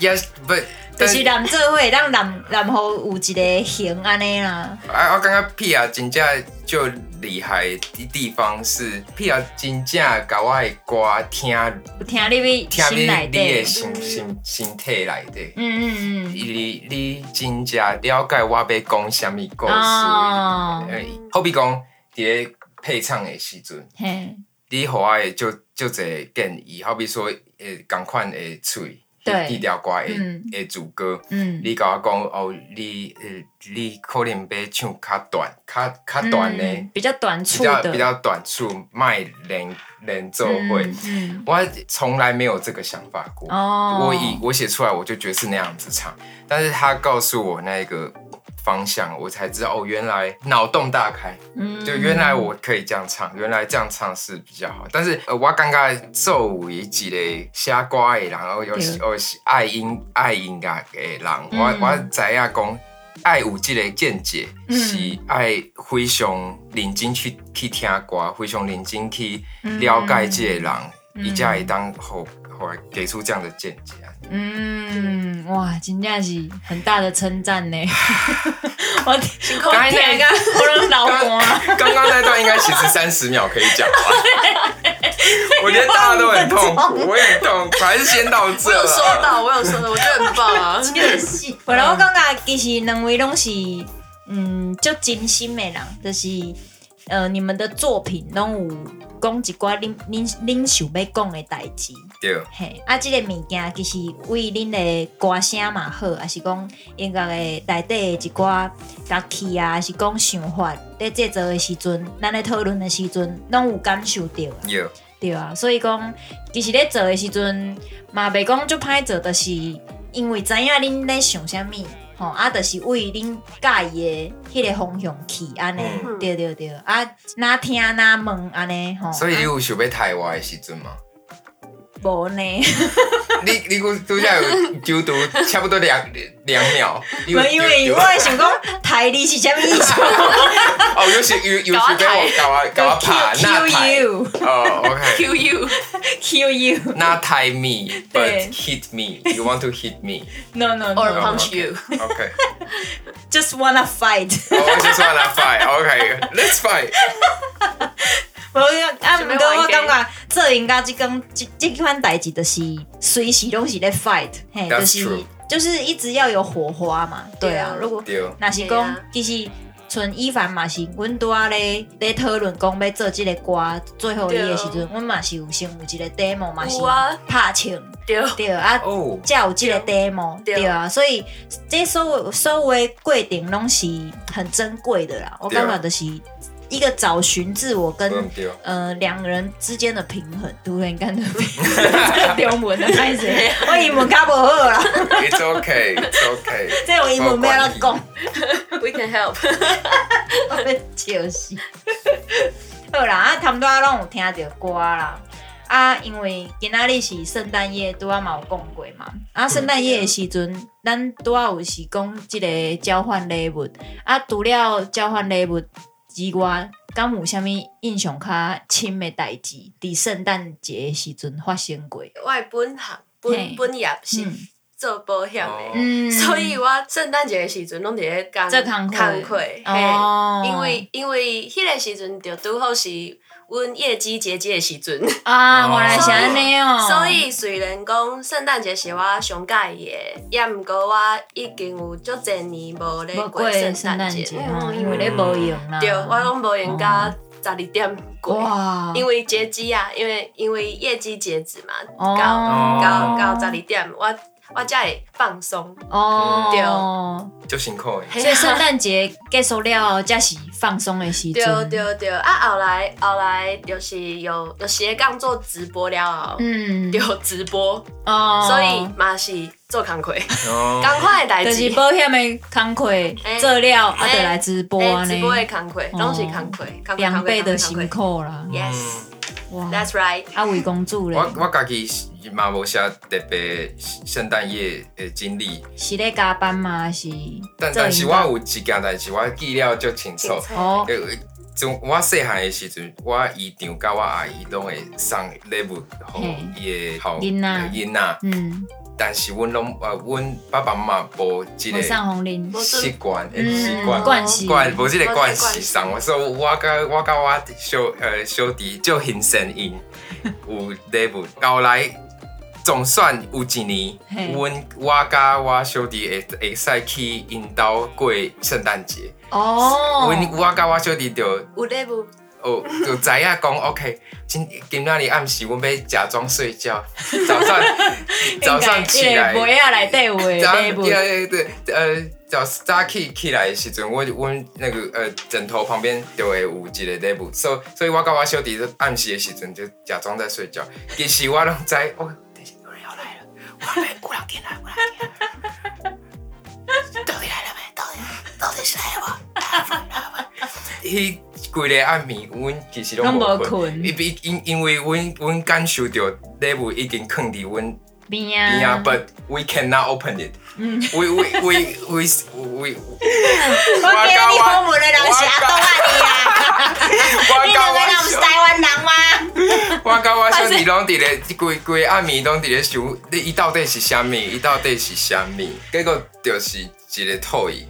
[SPEAKER 4] ，yes but
[SPEAKER 1] 就
[SPEAKER 4] 但
[SPEAKER 1] 是男做伙，让男男好有一个型安尼啦。
[SPEAKER 4] 啊，我感觉屁啊，真正就厉害的地方是屁啊，真正甲我的歌听
[SPEAKER 1] 有听你
[SPEAKER 4] 听
[SPEAKER 1] 的
[SPEAKER 4] 你
[SPEAKER 1] 心内
[SPEAKER 4] 你的
[SPEAKER 1] 底，
[SPEAKER 4] 心心心体内底，
[SPEAKER 1] 嗯嗯
[SPEAKER 4] 你你真正了解我要讲什么故
[SPEAKER 1] 嗯，
[SPEAKER 4] 事。
[SPEAKER 1] 哦，
[SPEAKER 4] 呃好比讲，伫咧配唱的时阵，
[SPEAKER 1] 嘿，
[SPEAKER 4] 你互我的就就一个建议，好比说，诶，共款的喙，
[SPEAKER 1] 对
[SPEAKER 4] 低调歌的
[SPEAKER 1] 嗯
[SPEAKER 4] 的主歌。
[SPEAKER 1] 嗯，
[SPEAKER 4] 你甲我讲哦，你呃，你可能要唱较短、较较短的，
[SPEAKER 1] 嗯比较短
[SPEAKER 4] 比
[SPEAKER 1] 促
[SPEAKER 4] 较
[SPEAKER 1] 的，
[SPEAKER 4] 比较短促，卖连连奏会。
[SPEAKER 1] 嗯，嗯
[SPEAKER 4] 我从来没有这个想法过。
[SPEAKER 1] 哦，
[SPEAKER 4] 我以我写出来，我就觉得是那样子唱，但是他告诉我那个方向，我才知道哦，原来脑洞大开，
[SPEAKER 1] 嗯
[SPEAKER 4] 就原来我可以这样唱，原来这样唱是比较好。但是呃，我感觉作为一个写歌的人，然后又是
[SPEAKER 1] 对
[SPEAKER 4] 又是爱音爱音乐的人，
[SPEAKER 1] 嗯
[SPEAKER 4] 我我知影讲。爱有这个见解，
[SPEAKER 1] 嗯
[SPEAKER 4] 是爱非常认真去去听歌，非常认真去了解这个人，
[SPEAKER 1] 嗯
[SPEAKER 4] 伊才会当好好给出这样的见解啊。
[SPEAKER 1] 嗯，哇，真正是很大的称赞呢。我我听
[SPEAKER 4] 刚才那
[SPEAKER 1] 个，哦我啊拢流 汗。
[SPEAKER 4] 刚刚那段应该其实三十秒可以讲完，我觉得大家都很痛苦，我也很痛苦，还是先到这
[SPEAKER 3] 我有说
[SPEAKER 4] 了。
[SPEAKER 3] 到，我有说到，我觉得很棒啊，
[SPEAKER 1] 本来我感觉其实两位拢是，嗯，足真心的人，就是呃，你们的作品拢有讲一寡恁恁恁想要讲的代志。
[SPEAKER 4] 对，
[SPEAKER 1] 嘿，啊，即、个物件其实为恁的歌声嘛好，还是讲音乐的内底的一寡乐器啊，还是讲想法，在制作的时阵，咱咧讨论的时阵，拢有感受到。
[SPEAKER 4] 有
[SPEAKER 1] 对啊，所以讲，其实咧做的时阵，嘛袂讲就歹做，就是因为知影恁咧想啥物，吼啊，就是为恁介意的迄个方向去安尼，
[SPEAKER 4] 嗯
[SPEAKER 1] 对对对，啊，哪听哪问安尼，吼，
[SPEAKER 4] 所以你有想要台湾的时阵吗？
[SPEAKER 1] 无呢，
[SPEAKER 4] 你你我都下有就读差不多两两秒，你
[SPEAKER 1] 因
[SPEAKER 4] 有
[SPEAKER 1] 为
[SPEAKER 4] 有
[SPEAKER 1] 我会想讲台历是啥物意思
[SPEAKER 4] 哦，有想有有想给我搞啊搞啊爬那台
[SPEAKER 1] you
[SPEAKER 4] 哦，OK，
[SPEAKER 3] ，Q U，
[SPEAKER 1] kill you
[SPEAKER 4] 那台 me，but
[SPEAKER 1] 对
[SPEAKER 4] hit me，you want to hit me，OK，
[SPEAKER 1] no no
[SPEAKER 3] Or
[SPEAKER 1] no
[SPEAKER 3] punch you，
[SPEAKER 1] just wanna fight，
[SPEAKER 4] 哦我就说那 fight，OK，let's fight。
[SPEAKER 1] 无啊，
[SPEAKER 3] 想
[SPEAKER 1] 毋
[SPEAKER 3] 要
[SPEAKER 1] 过我
[SPEAKER 3] 玩
[SPEAKER 1] 感
[SPEAKER 3] game
[SPEAKER 1] 觉做音乐即工即即款代志，就是随时拢是咧 fight，嘿，
[SPEAKER 4] That's
[SPEAKER 1] 就是
[SPEAKER 4] true
[SPEAKER 1] 就是一直要有火花嘛。对啊
[SPEAKER 3] 对啊，
[SPEAKER 1] 如果
[SPEAKER 4] 对
[SPEAKER 1] 若是
[SPEAKER 3] 对
[SPEAKER 1] 讲
[SPEAKER 3] 啊
[SPEAKER 1] 其实。像伊凡嘛是，阮拄仔咧咧讨论讲要做即个歌最后伊
[SPEAKER 3] 对
[SPEAKER 1] 的时阵，阮嘛是有先有一个 demo 嘛是
[SPEAKER 3] 有啊
[SPEAKER 1] 拍唱，
[SPEAKER 3] 对，
[SPEAKER 1] 对啊，
[SPEAKER 4] 哦，
[SPEAKER 1] 才有即个 demo，
[SPEAKER 3] 对
[SPEAKER 1] 对啊，所以这所有所有的过程拢是很珍贵的啦。我
[SPEAKER 4] 对啊
[SPEAKER 1] 感觉就是一个找寻自我跟
[SPEAKER 4] 嗯对，
[SPEAKER 1] 呃两个人之间的平衡，突然间的平衡， 中文的开始，我英文较无好啦，
[SPEAKER 4] It's okay, it's okay。
[SPEAKER 1] 这我英文不要讲，
[SPEAKER 3] We can help。
[SPEAKER 1] 我要笑死。 好啦，啊，他们都拢有听着歌啦。啊，因为今仔日是圣诞夜，拄啊嘛有讲过嘛。啊，圣诞夜的时阵，咱拄啊有是讲即个交换礼物。啊，除了交换礼物之外，敢有啥物印象较深的代志？伫圣诞节的时阵发生过？
[SPEAKER 3] 我的本行
[SPEAKER 1] 嘿
[SPEAKER 3] 本本业是
[SPEAKER 1] 嗯
[SPEAKER 3] 做保险的，
[SPEAKER 1] 嗯
[SPEAKER 3] 所以我圣诞节的时阵拢伫咧干
[SPEAKER 1] 做工课
[SPEAKER 3] 工课，嘿
[SPEAKER 1] 哦
[SPEAKER 3] 因为因为迄个时阵就拄好是阮业绩结界的时阵，
[SPEAKER 1] 啊，
[SPEAKER 4] 哦
[SPEAKER 1] 原来是安尼哦。
[SPEAKER 3] 所以虽然讲圣诞节是我上喜欢的，也毋过我已经有足侪年无咧
[SPEAKER 1] 无
[SPEAKER 3] 过
[SPEAKER 1] 过
[SPEAKER 3] 圣
[SPEAKER 1] 圣
[SPEAKER 3] 诞
[SPEAKER 1] 诞
[SPEAKER 3] 节嗯
[SPEAKER 1] 节，哦，因为咧无用啊啦。
[SPEAKER 3] 对，我拢无闲到十二点过，
[SPEAKER 1] 哇，
[SPEAKER 3] 因为截止啊，因为因为业绩截止嘛，
[SPEAKER 1] 哦
[SPEAKER 3] 到到到十二点，我我才会放松。
[SPEAKER 1] 哦，
[SPEAKER 3] 嗯
[SPEAKER 4] 就辛苦诶。
[SPEAKER 1] 所以圣诞节结束了后，才是放松的时
[SPEAKER 3] 对
[SPEAKER 1] 阵。
[SPEAKER 3] 对对，啊后来后来就是有有斜杠做直播了后，哦
[SPEAKER 1] 嗯，
[SPEAKER 3] 有直播，
[SPEAKER 1] 哦，
[SPEAKER 3] 所以嘛是做工课，
[SPEAKER 4] 哦，
[SPEAKER 3] 赶快的代志，
[SPEAKER 1] 就是保险的工课做了，啊，就来直播
[SPEAKER 3] 哎
[SPEAKER 1] 安
[SPEAKER 3] 直
[SPEAKER 1] 尼，
[SPEAKER 3] 播的工课，拢是工课，工课
[SPEAKER 1] 两倍的辛。
[SPEAKER 3] 工课工课
[SPEAKER 1] 苦啦。
[SPEAKER 3] Yes,
[SPEAKER 1] 哇，
[SPEAKER 3] that's right。
[SPEAKER 1] 啊，魏公主咧
[SPEAKER 4] 我，我家己是嘛无啥特别圣诞夜诶经历，
[SPEAKER 1] 是咧加班吗？还是
[SPEAKER 4] 但
[SPEAKER 1] 做
[SPEAKER 4] 但是
[SPEAKER 1] 营
[SPEAKER 4] 我
[SPEAKER 1] 造
[SPEAKER 4] 有一件代志我记了足清楚。呃
[SPEAKER 1] 哦，
[SPEAKER 4] 就从我细汉的时阵，我姨丈甲我阿姨拢会送礼物
[SPEAKER 1] 嘿
[SPEAKER 4] 给伊的好呃
[SPEAKER 1] 囡仔
[SPEAKER 4] 囡仔，
[SPEAKER 1] 嗯，
[SPEAKER 4] 但是阮拢呃，阮爸爸妈妈无即
[SPEAKER 1] 我
[SPEAKER 4] 个
[SPEAKER 1] 上红林，
[SPEAKER 4] 习惯，诶习
[SPEAKER 1] 嗯，
[SPEAKER 4] 惯。
[SPEAKER 1] 惯习，
[SPEAKER 4] 惯无即个惯
[SPEAKER 3] 惯
[SPEAKER 4] 习
[SPEAKER 3] 习
[SPEAKER 4] 上，我说我甲我甲我小呃小弟就很神因 有礼物，后来总算有一年
[SPEAKER 1] 嘿，
[SPEAKER 4] 阮我甲我小弟会会使去因兜过圣诞节，
[SPEAKER 1] 哦，
[SPEAKER 4] 阮我甲我小弟就
[SPEAKER 3] 有礼物，
[SPEAKER 4] 哦，就知影讲 OK，今今仔日暗时阮要假装睡觉，早 上早上起来，
[SPEAKER 1] 袂啊来对位，
[SPEAKER 4] 早
[SPEAKER 1] 对不？
[SPEAKER 4] 对对对，呃，早早起起来的时阵，我阮那个呃枕头旁边就会有一个 label，所以所以我甲我小弟就暗时的时阵就假装在睡觉，其实我拢知，我等一下有人要来了，我来，我要进来，我要进来，到底来了没？到底到底是来了吗？ 伊规个暗暝，阮其实拢
[SPEAKER 1] 拢
[SPEAKER 4] 无
[SPEAKER 1] 无睡
[SPEAKER 4] 困，因为因因为阮阮感受到 label 已经藏伫阮。
[SPEAKER 1] 边
[SPEAKER 4] Yeah,
[SPEAKER 1] 啊，
[SPEAKER 4] but we cannot open it.
[SPEAKER 1] 嗯
[SPEAKER 4] We we we we we.
[SPEAKER 1] 我
[SPEAKER 4] 我
[SPEAKER 1] 给你公母的人是阿东啊你啊，
[SPEAKER 4] 我
[SPEAKER 1] 你
[SPEAKER 4] 甲
[SPEAKER 1] 两个人
[SPEAKER 4] 我
[SPEAKER 1] 不是
[SPEAKER 4] 小，
[SPEAKER 1] 台湾人吗？
[SPEAKER 4] 我甲我小弟拢伫咧，规规暗暝拢伫咧想，你伊到底是啥物？伊到底是啥物？结果就是一个套伊，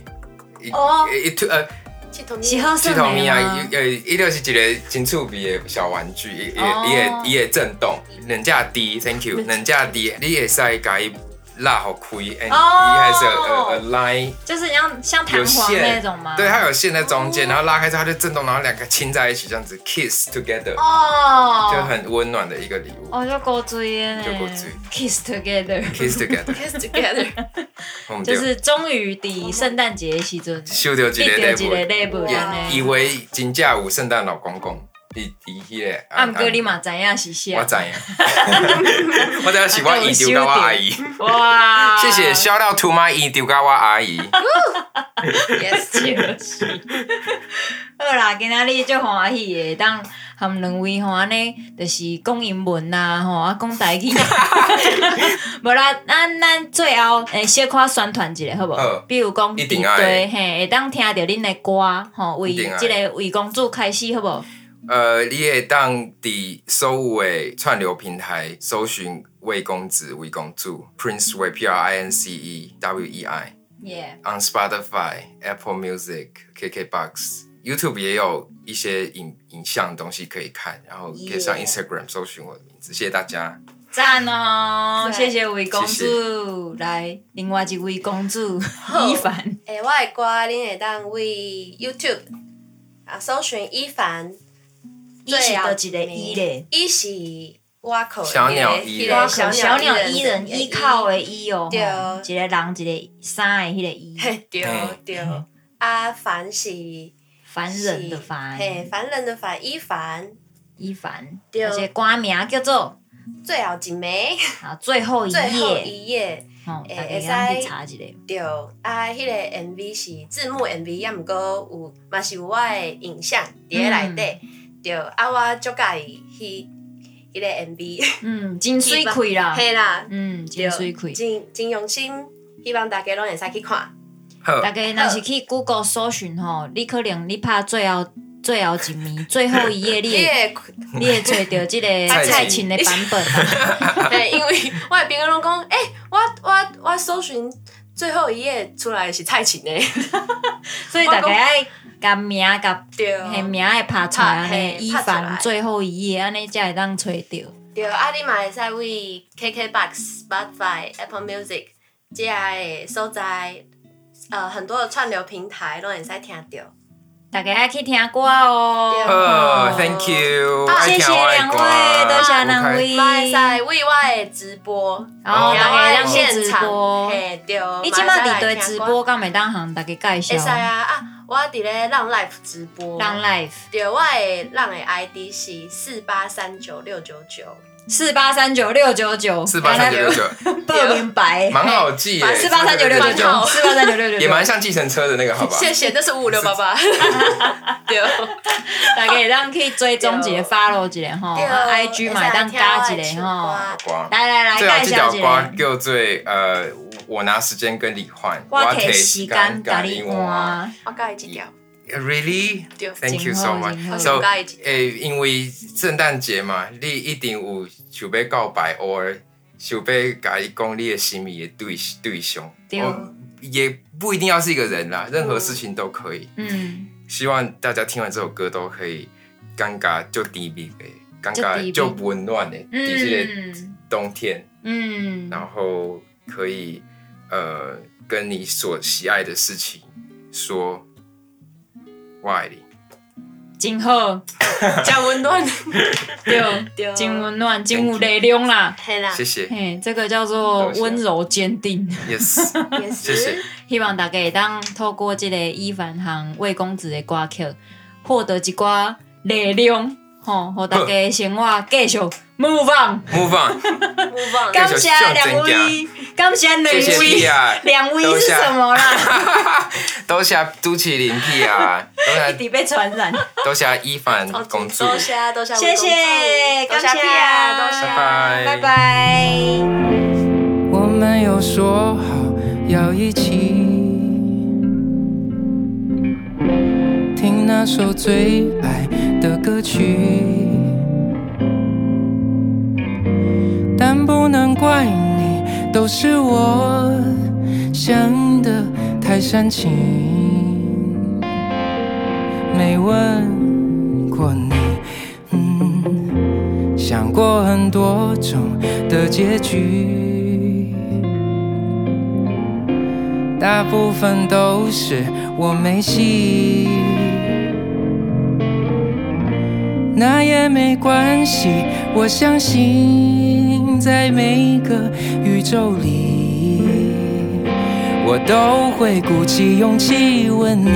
[SPEAKER 4] 伊
[SPEAKER 1] 哦
[SPEAKER 4] 伊突呃，
[SPEAKER 3] 系统
[SPEAKER 1] 是好
[SPEAKER 4] 这
[SPEAKER 1] 耍
[SPEAKER 4] 套
[SPEAKER 1] 的
[SPEAKER 4] 物啊
[SPEAKER 1] 吗，？
[SPEAKER 4] 伊呃，伊就是一个真趣味的小玩具，伊
[SPEAKER 1] 哦
[SPEAKER 4] 伊伊会伊会震动，两只低，thank you，两只低，你会使甲伊拉互开，and
[SPEAKER 1] 哦
[SPEAKER 4] he has a a- a line。
[SPEAKER 1] 就是像像弹
[SPEAKER 4] 有
[SPEAKER 1] 簧那
[SPEAKER 4] 线
[SPEAKER 1] 种吗？
[SPEAKER 4] 对，它有线在中间，然后拉开之后它就震动，然后两个亲在一起，这样子 kiss together，、
[SPEAKER 1] 哦，
[SPEAKER 4] 就很温暖的一个礼物。
[SPEAKER 1] 哦，就勾追耶，
[SPEAKER 4] 就勾水
[SPEAKER 1] kiss together，
[SPEAKER 4] kiss together，
[SPEAKER 3] together，
[SPEAKER 4] 我们
[SPEAKER 1] 就
[SPEAKER 4] 就是
[SPEAKER 1] 终于伫圣诞节的时阵，
[SPEAKER 4] 收到一
[SPEAKER 1] 你
[SPEAKER 4] 个
[SPEAKER 1] 着
[SPEAKER 4] 礼
[SPEAKER 1] 一个
[SPEAKER 4] 物，
[SPEAKER 1] 礼物安
[SPEAKER 4] 以
[SPEAKER 1] 尼。
[SPEAKER 4] 为真正有圣诞老公公，伊伊迄个。
[SPEAKER 1] 啊，毋过你嘛知影是啥？
[SPEAKER 4] 我 知影，我知影是
[SPEAKER 1] 啊
[SPEAKER 4] 我姨丈甲我阿姨，
[SPEAKER 1] 哇，
[SPEAKER 4] 谢谢 shout out to my 姨丈甲我阿姨，
[SPEAKER 1] 就是。好啦，今仔日足欢喜的，当含两位吼安尼，就是讲英文啦吼，啊讲台 语。无啦，咱咱最后诶小可宣传一下好无
[SPEAKER 4] 好？
[SPEAKER 1] 比如讲
[SPEAKER 4] 一定
[SPEAKER 1] 伫
[SPEAKER 4] 要的
[SPEAKER 1] 地嘿，会当听着恁的歌吼，为
[SPEAKER 4] 一定要的
[SPEAKER 1] 即个为公主开始好无？
[SPEAKER 4] 呃，你会当伫所有诶串流平台搜寻魏公子、魏公主 Prince Wei P R I N C E W E I。
[SPEAKER 1] 耶！
[SPEAKER 4] on Spotify、Apple Music、KKBox、YouTube 也有一些影影像的东西可以看，然后可以上
[SPEAKER 1] Yeah
[SPEAKER 4] Instagram 搜寻我的名字，谢谢大家。
[SPEAKER 1] 赞哦，
[SPEAKER 3] 对
[SPEAKER 1] 谢谢魏公
[SPEAKER 4] 谢
[SPEAKER 1] 主。来，另外一位公主伊凡，
[SPEAKER 3] 诶，哎我的歌恁会当为 YouTube 啊搜寻伊凡，
[SPEAKER 1] 伊是
[SPEAKER 3] 最后
[SPEAKER 1] 倒一个伊咧，
[SPEAKER 3] 伊是我口的
[SPEAKER 4] 小鸟依人
[SPEAKER 3] 那
[SPEAKER 4] 我
[SPEAKER 3] 个
[SPEAKER 1] 小
[SPEAKER 3] 小
[SPEAKER 1] 鸟
[SPEAKER 3] 鸟
[SPEAKER 1] 依
[SPEAKER 3] 依
[SPEAKER 1] 人
[SPEAKER 3] 人
[SPEAKER 1] 依靠的依哦，
[SPEAKER 3] 对
[SPEAKER 1] 吼一个人一个山的迄个依，
[SPEAKER 3] 嘿，对
[SPEAKER 4] 嗯
[SPEAKER 3] 对，啊，凡是
[SPEAKER 1] 凡人的凡，
[SPEAKER 3] 嘿，凡人的凡，伊凡
[SPEAKER 1] 伊凡，
[SPEAKER 3] 对哦
[SPEAKER 1] 而且歌名叫做
[SPEAKER 3] 最后一枚，
[SPEAKER 1] 啊最后一
[SPEAKER 3] 最后
[SPEAKER 1] 页，
[SPEAKER 3] 一页，
[SPEAKER 1] 吼，
[SPEAKER 3] 会
[SPEAKER 1] 大家可以
[SPEAKER 3] 会
[SPEAKER 1] 去
[SPEAKER 3] 使
[SPEAKER 1] 查一下。
[SPEAKER 3] 对，啊，迄个 MV 是字幕 MV，也毋过有嘛是有我的影像伫咧内
[SPEAKER 1] 嗯
[SPEAKER 3] 底，对，啊，我足介意迄迄个 MV，
[SPEAKER 1] 嗯，真水气啦，
[SPEAKER 3] 嘿啦，
[SPEAKER 1] 嗯，
[SPEAKER 3] 对哦
[SPEAKER 1] 真水气。
[SPEAKER 3] 真真用心，希望大家拢会使去看。
[SPEAKER 4] 呵，
[SPEAKER 1] 大家若是去 Google 搜寻吼，你可能你拍最后最后一面，最后一页你
[SPEAKER 3] 你
[SPEAKER 1] 会
[SPEAKER 3] 会
[SPEAKER 1] 你会找到即 个
[SPEAKER 4] 蔡琴
[SPEAKER 1] 蔡琴的版本啊，
[SPEAKER 3] 嘿，因 为我的朋友拢讲，诶、我我欸 我搜寻最后一页出来的是蔡琴诶，
[SPEAKER 1] 所以大家爱甲名甲
[SPEAKER 3] 对
[SPEAKER 1] 迄名会拍出来，安
[SPEAKER 3] 哦拍
[SPEAKER 1] 尼
[SPEAKER 3] 嘿
[SPEAKER 1] 伊
[SPEAKER 3] 拍出来
[SPEAKER 1] 凡最后一页，安尼才会当揣着。
[SPEAKER 3] 对，啊，你嘛会使为 KKBox、Spotify、Apple Music 这些所在，呃，很多的串流平台拢会使听到。
[SPEAKER 1] 大家爱去听歌哦，
[SPEAKER 4] 哦，Thank you，
[SPEAKER 3] 啊
[SPEAKER 4] 爱
[SPEAKER 1] 谢
[SPEAKER 4] 听
[SPEAKER 1] 谢
[SPEAKER 4] 我的
[SPEAKER 1] 两
[SPEAKER 4] 歌
[SPEAKER 1] 位，多谢两
[SPEAKER 4] 有开
[SPEAKER 1] 位。
[SPEAKER 3] 嘛会使为我的直播，
[SPEAKER 1] 然后
[SPEAKER 4] 哦
[SPEAKER 1] 大家让去
[SPEAKER 3] 现
[SPEAKER 1] 直
[SPEAKER 3] 场
[SPEAKER 1] 播，
[SPEAKER 3] 嘿，对。
[SPEAKER 1] 你即摆伫对直播，？敢会当向大家介
[SPEAKER 3] 会使
[SPEAKER 1] 绍？
[SPEAKER 3] 啊啊！我伫咧浪 life 直播，
[SPEAKER 1] 当 life
[SPEAKER 3] 对，我的浪的 ID 是四八三九六九九，
[SPEAKER 1] 四八三九六九九，
[SPEAKER 4] 四八三九六九，
[SPEAKER 1] 报名牌，
[SPEAKER 4] 蛮好记耶，
[SPEAKER 1] 哎四八三九六九
[SPEAKER 3] 蛮
[SPEAKER 1] 九，
[SPEAKER 3] 好
[SPEAKER 1] 四八三九六九
[SPEAKER 4] 也
[SPEAKER 1] 九
[SPEAKER 4] 蛮，像计程车的那个，好吧？
[SPEAKER 3] 谢谢，这是五五六 八八，对。
[SPEAKER 1] 哦大家会当去追踪一
[SPEAKER 3] 对
[SPEAKER 1] 个 follow 一个吼
[SPEAKER 3] 对
[SPEAKER 1] 啊，IG 嘛会当加一哦个吼，
[SPEAKER 3] 啊
[SPEAKER 4] 哇，
[SPEAKER 1] 来来
[SPEAKER 4] 最
[SPEAKER 1] 来
[SPEAKER 4] 后
[SPEAKER 1] 介
[SPEAKER 4] 这
[SPEAKER 1] 绍
[SPEAKER 4] 条
[SPEAKER 1] 一
[SPEAKER 4] 歌
[SPEAKER 1] 个。
[SPEAKER 4] 叫做呃，我拿时间跟你换，
[SPEAKER 1] 我摕
[SPEAKER 4] 摕
[SPEAKER 1] 时间甲你
[SPEAKER 4] 换。
[SPEAKER 1] 换，
[SPEAKER 3] 我教伊一条，
[SPEAKER 4] Really?
[SPEAKER 3] 对
[SPEAKER 4] Thank you
[SPEAKER 1] 真
[SPEAKER 4] so
[SPEAKER 1] 好
[SPEAKER 4] much.
[SPEAKER 1] 真好
[SPEAKER 4] So，
[SPEAKER 3] 我介意
[SPEAKER 4] 诶、因为圣诞节嘛，你一定有想要告白，或者想要甲伊讲你的心意的对对象，
[SPEAKER 1] 对
[SPEAKER 4] 哦也不一定要是一个人啦，任何事情都可以。
[SPEAKER 1] 嗯，
[SPEAKER 4] 希望大家听完这首歌都可以尴尬就低迷的，尴
[SPEAKER 1] 很甜蜜
[SPEAKER 4] 尬就温暖的，
[SPEAKER 1] 嗯
[SPEAKER 4] 底这个冬天，
[SPEAKER 1] 嗯，
[SPEAKER 4] 然后可以呃跟你所喜爱的事情说，我爱你。
[SPEAKER 1] 真好，
[SPEAKER 3] 加温暖，
[SPEAKER 1] 对，
[SPEAKER 3] 对，
[SPEAKER 1] 真温暖，真有力量啦。
[SPEAKER 3] 嘿啦
[SPEAKER 4] 谢，谢
[SPEAKER 1] 嘿，这个叫做温柔坚定。
[SPEAKER 4] ，Yes。
[SPEAKER 3] 也
[SPEAKER 4] 谢谢
[SPEAKER 3] 是，
[SPEAKER 1] 希望大家会当透过这个伊凡行魏公子的歌曲，获得一寡力量，吼，互大家的生活继续 move on。
[SPEAKER 4] Move on，
[SPEAKER 3] 木棒，
[SPEAKER 1] 感
[SPEAKER 4] 继
[SPEAKER 1] 谢
[SPEAKER 4] 续
[SPEAKER 1] 两位，感谢两
[SPEAKER 4] 谢谢
[SPEAKER 1] 位，
[SPEAKER 4] Pia，
[SPEAKER 1] 两位是什么 啦？
[SPEAKER 4] 多谢朱启林 Pia，多啊
[SPEAKER 1] 一
[SPEAKER 4] 谢
[SPEAKER 1] 直被传染。
[SPEAKER 4] 多谢伊凡公主，
[SPEAKER 3] 哦多谢啊多谢，
[SPEAKER 1] 谢谢，
[SPEAKER 3] 多
[SPEAKER 1] 感
[SPEAKER 3] 谢
[SPEAKER 1] 谢，啊
[SPEAKER 3] 多谢。
[SPEAKER 1] 拜拜。
[SPEAKER 2] 我们有说好要一起听那首最爱的歌曲，但不能怪你，都是我想的太煽情，没问过你，嗯。想过很多种的结局，大部分都是我没戏。那也没关系，我相信在每个宇宙里，我都会鼓起勇气问你，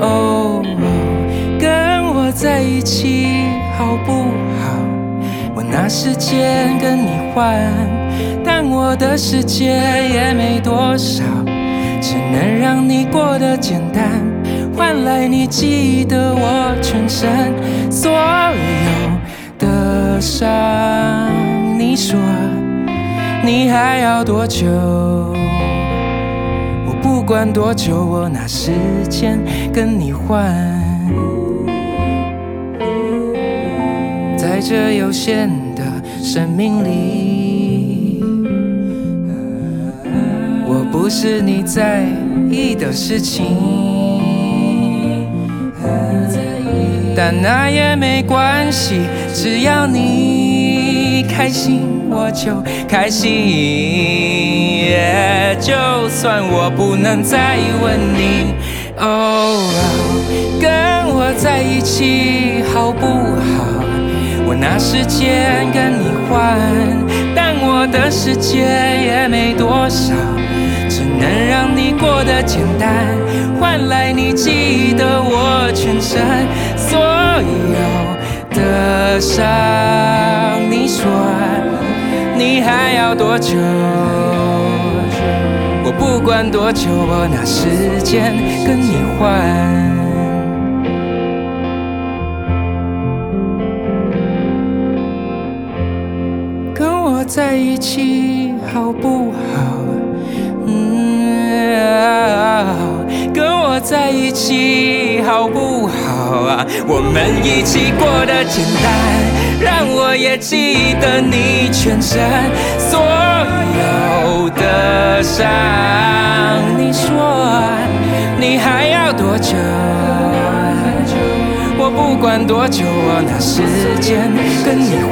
[SPEAKER 2] 哦，跟我在一起好不好？我拿时间跟你换，但我的世界也没多少，只能让你过得简单，换来你记得我全身所有的伤。你说你还要多久？我不管多久，我拿时间跟你换。在这有限的生命里，我不是你在意的事情，但那也没关系，只要你开心，我就开心。Yeah，就算我不能再问你，哦、跟我在一起好不好？我拿时间跟你换，但我的世界也没多少，只能让你过得简单，换来你记得我全身所有的伤。你说你还要多久？我不管多久，我拿时间跟你换。跟我在一起好不好？嗯，啊跟我在一起好不好啊？我们一起过得简单，让我也记得你全身所有的伤。你说你还要多久？啊我不管多久，我拿时间跟你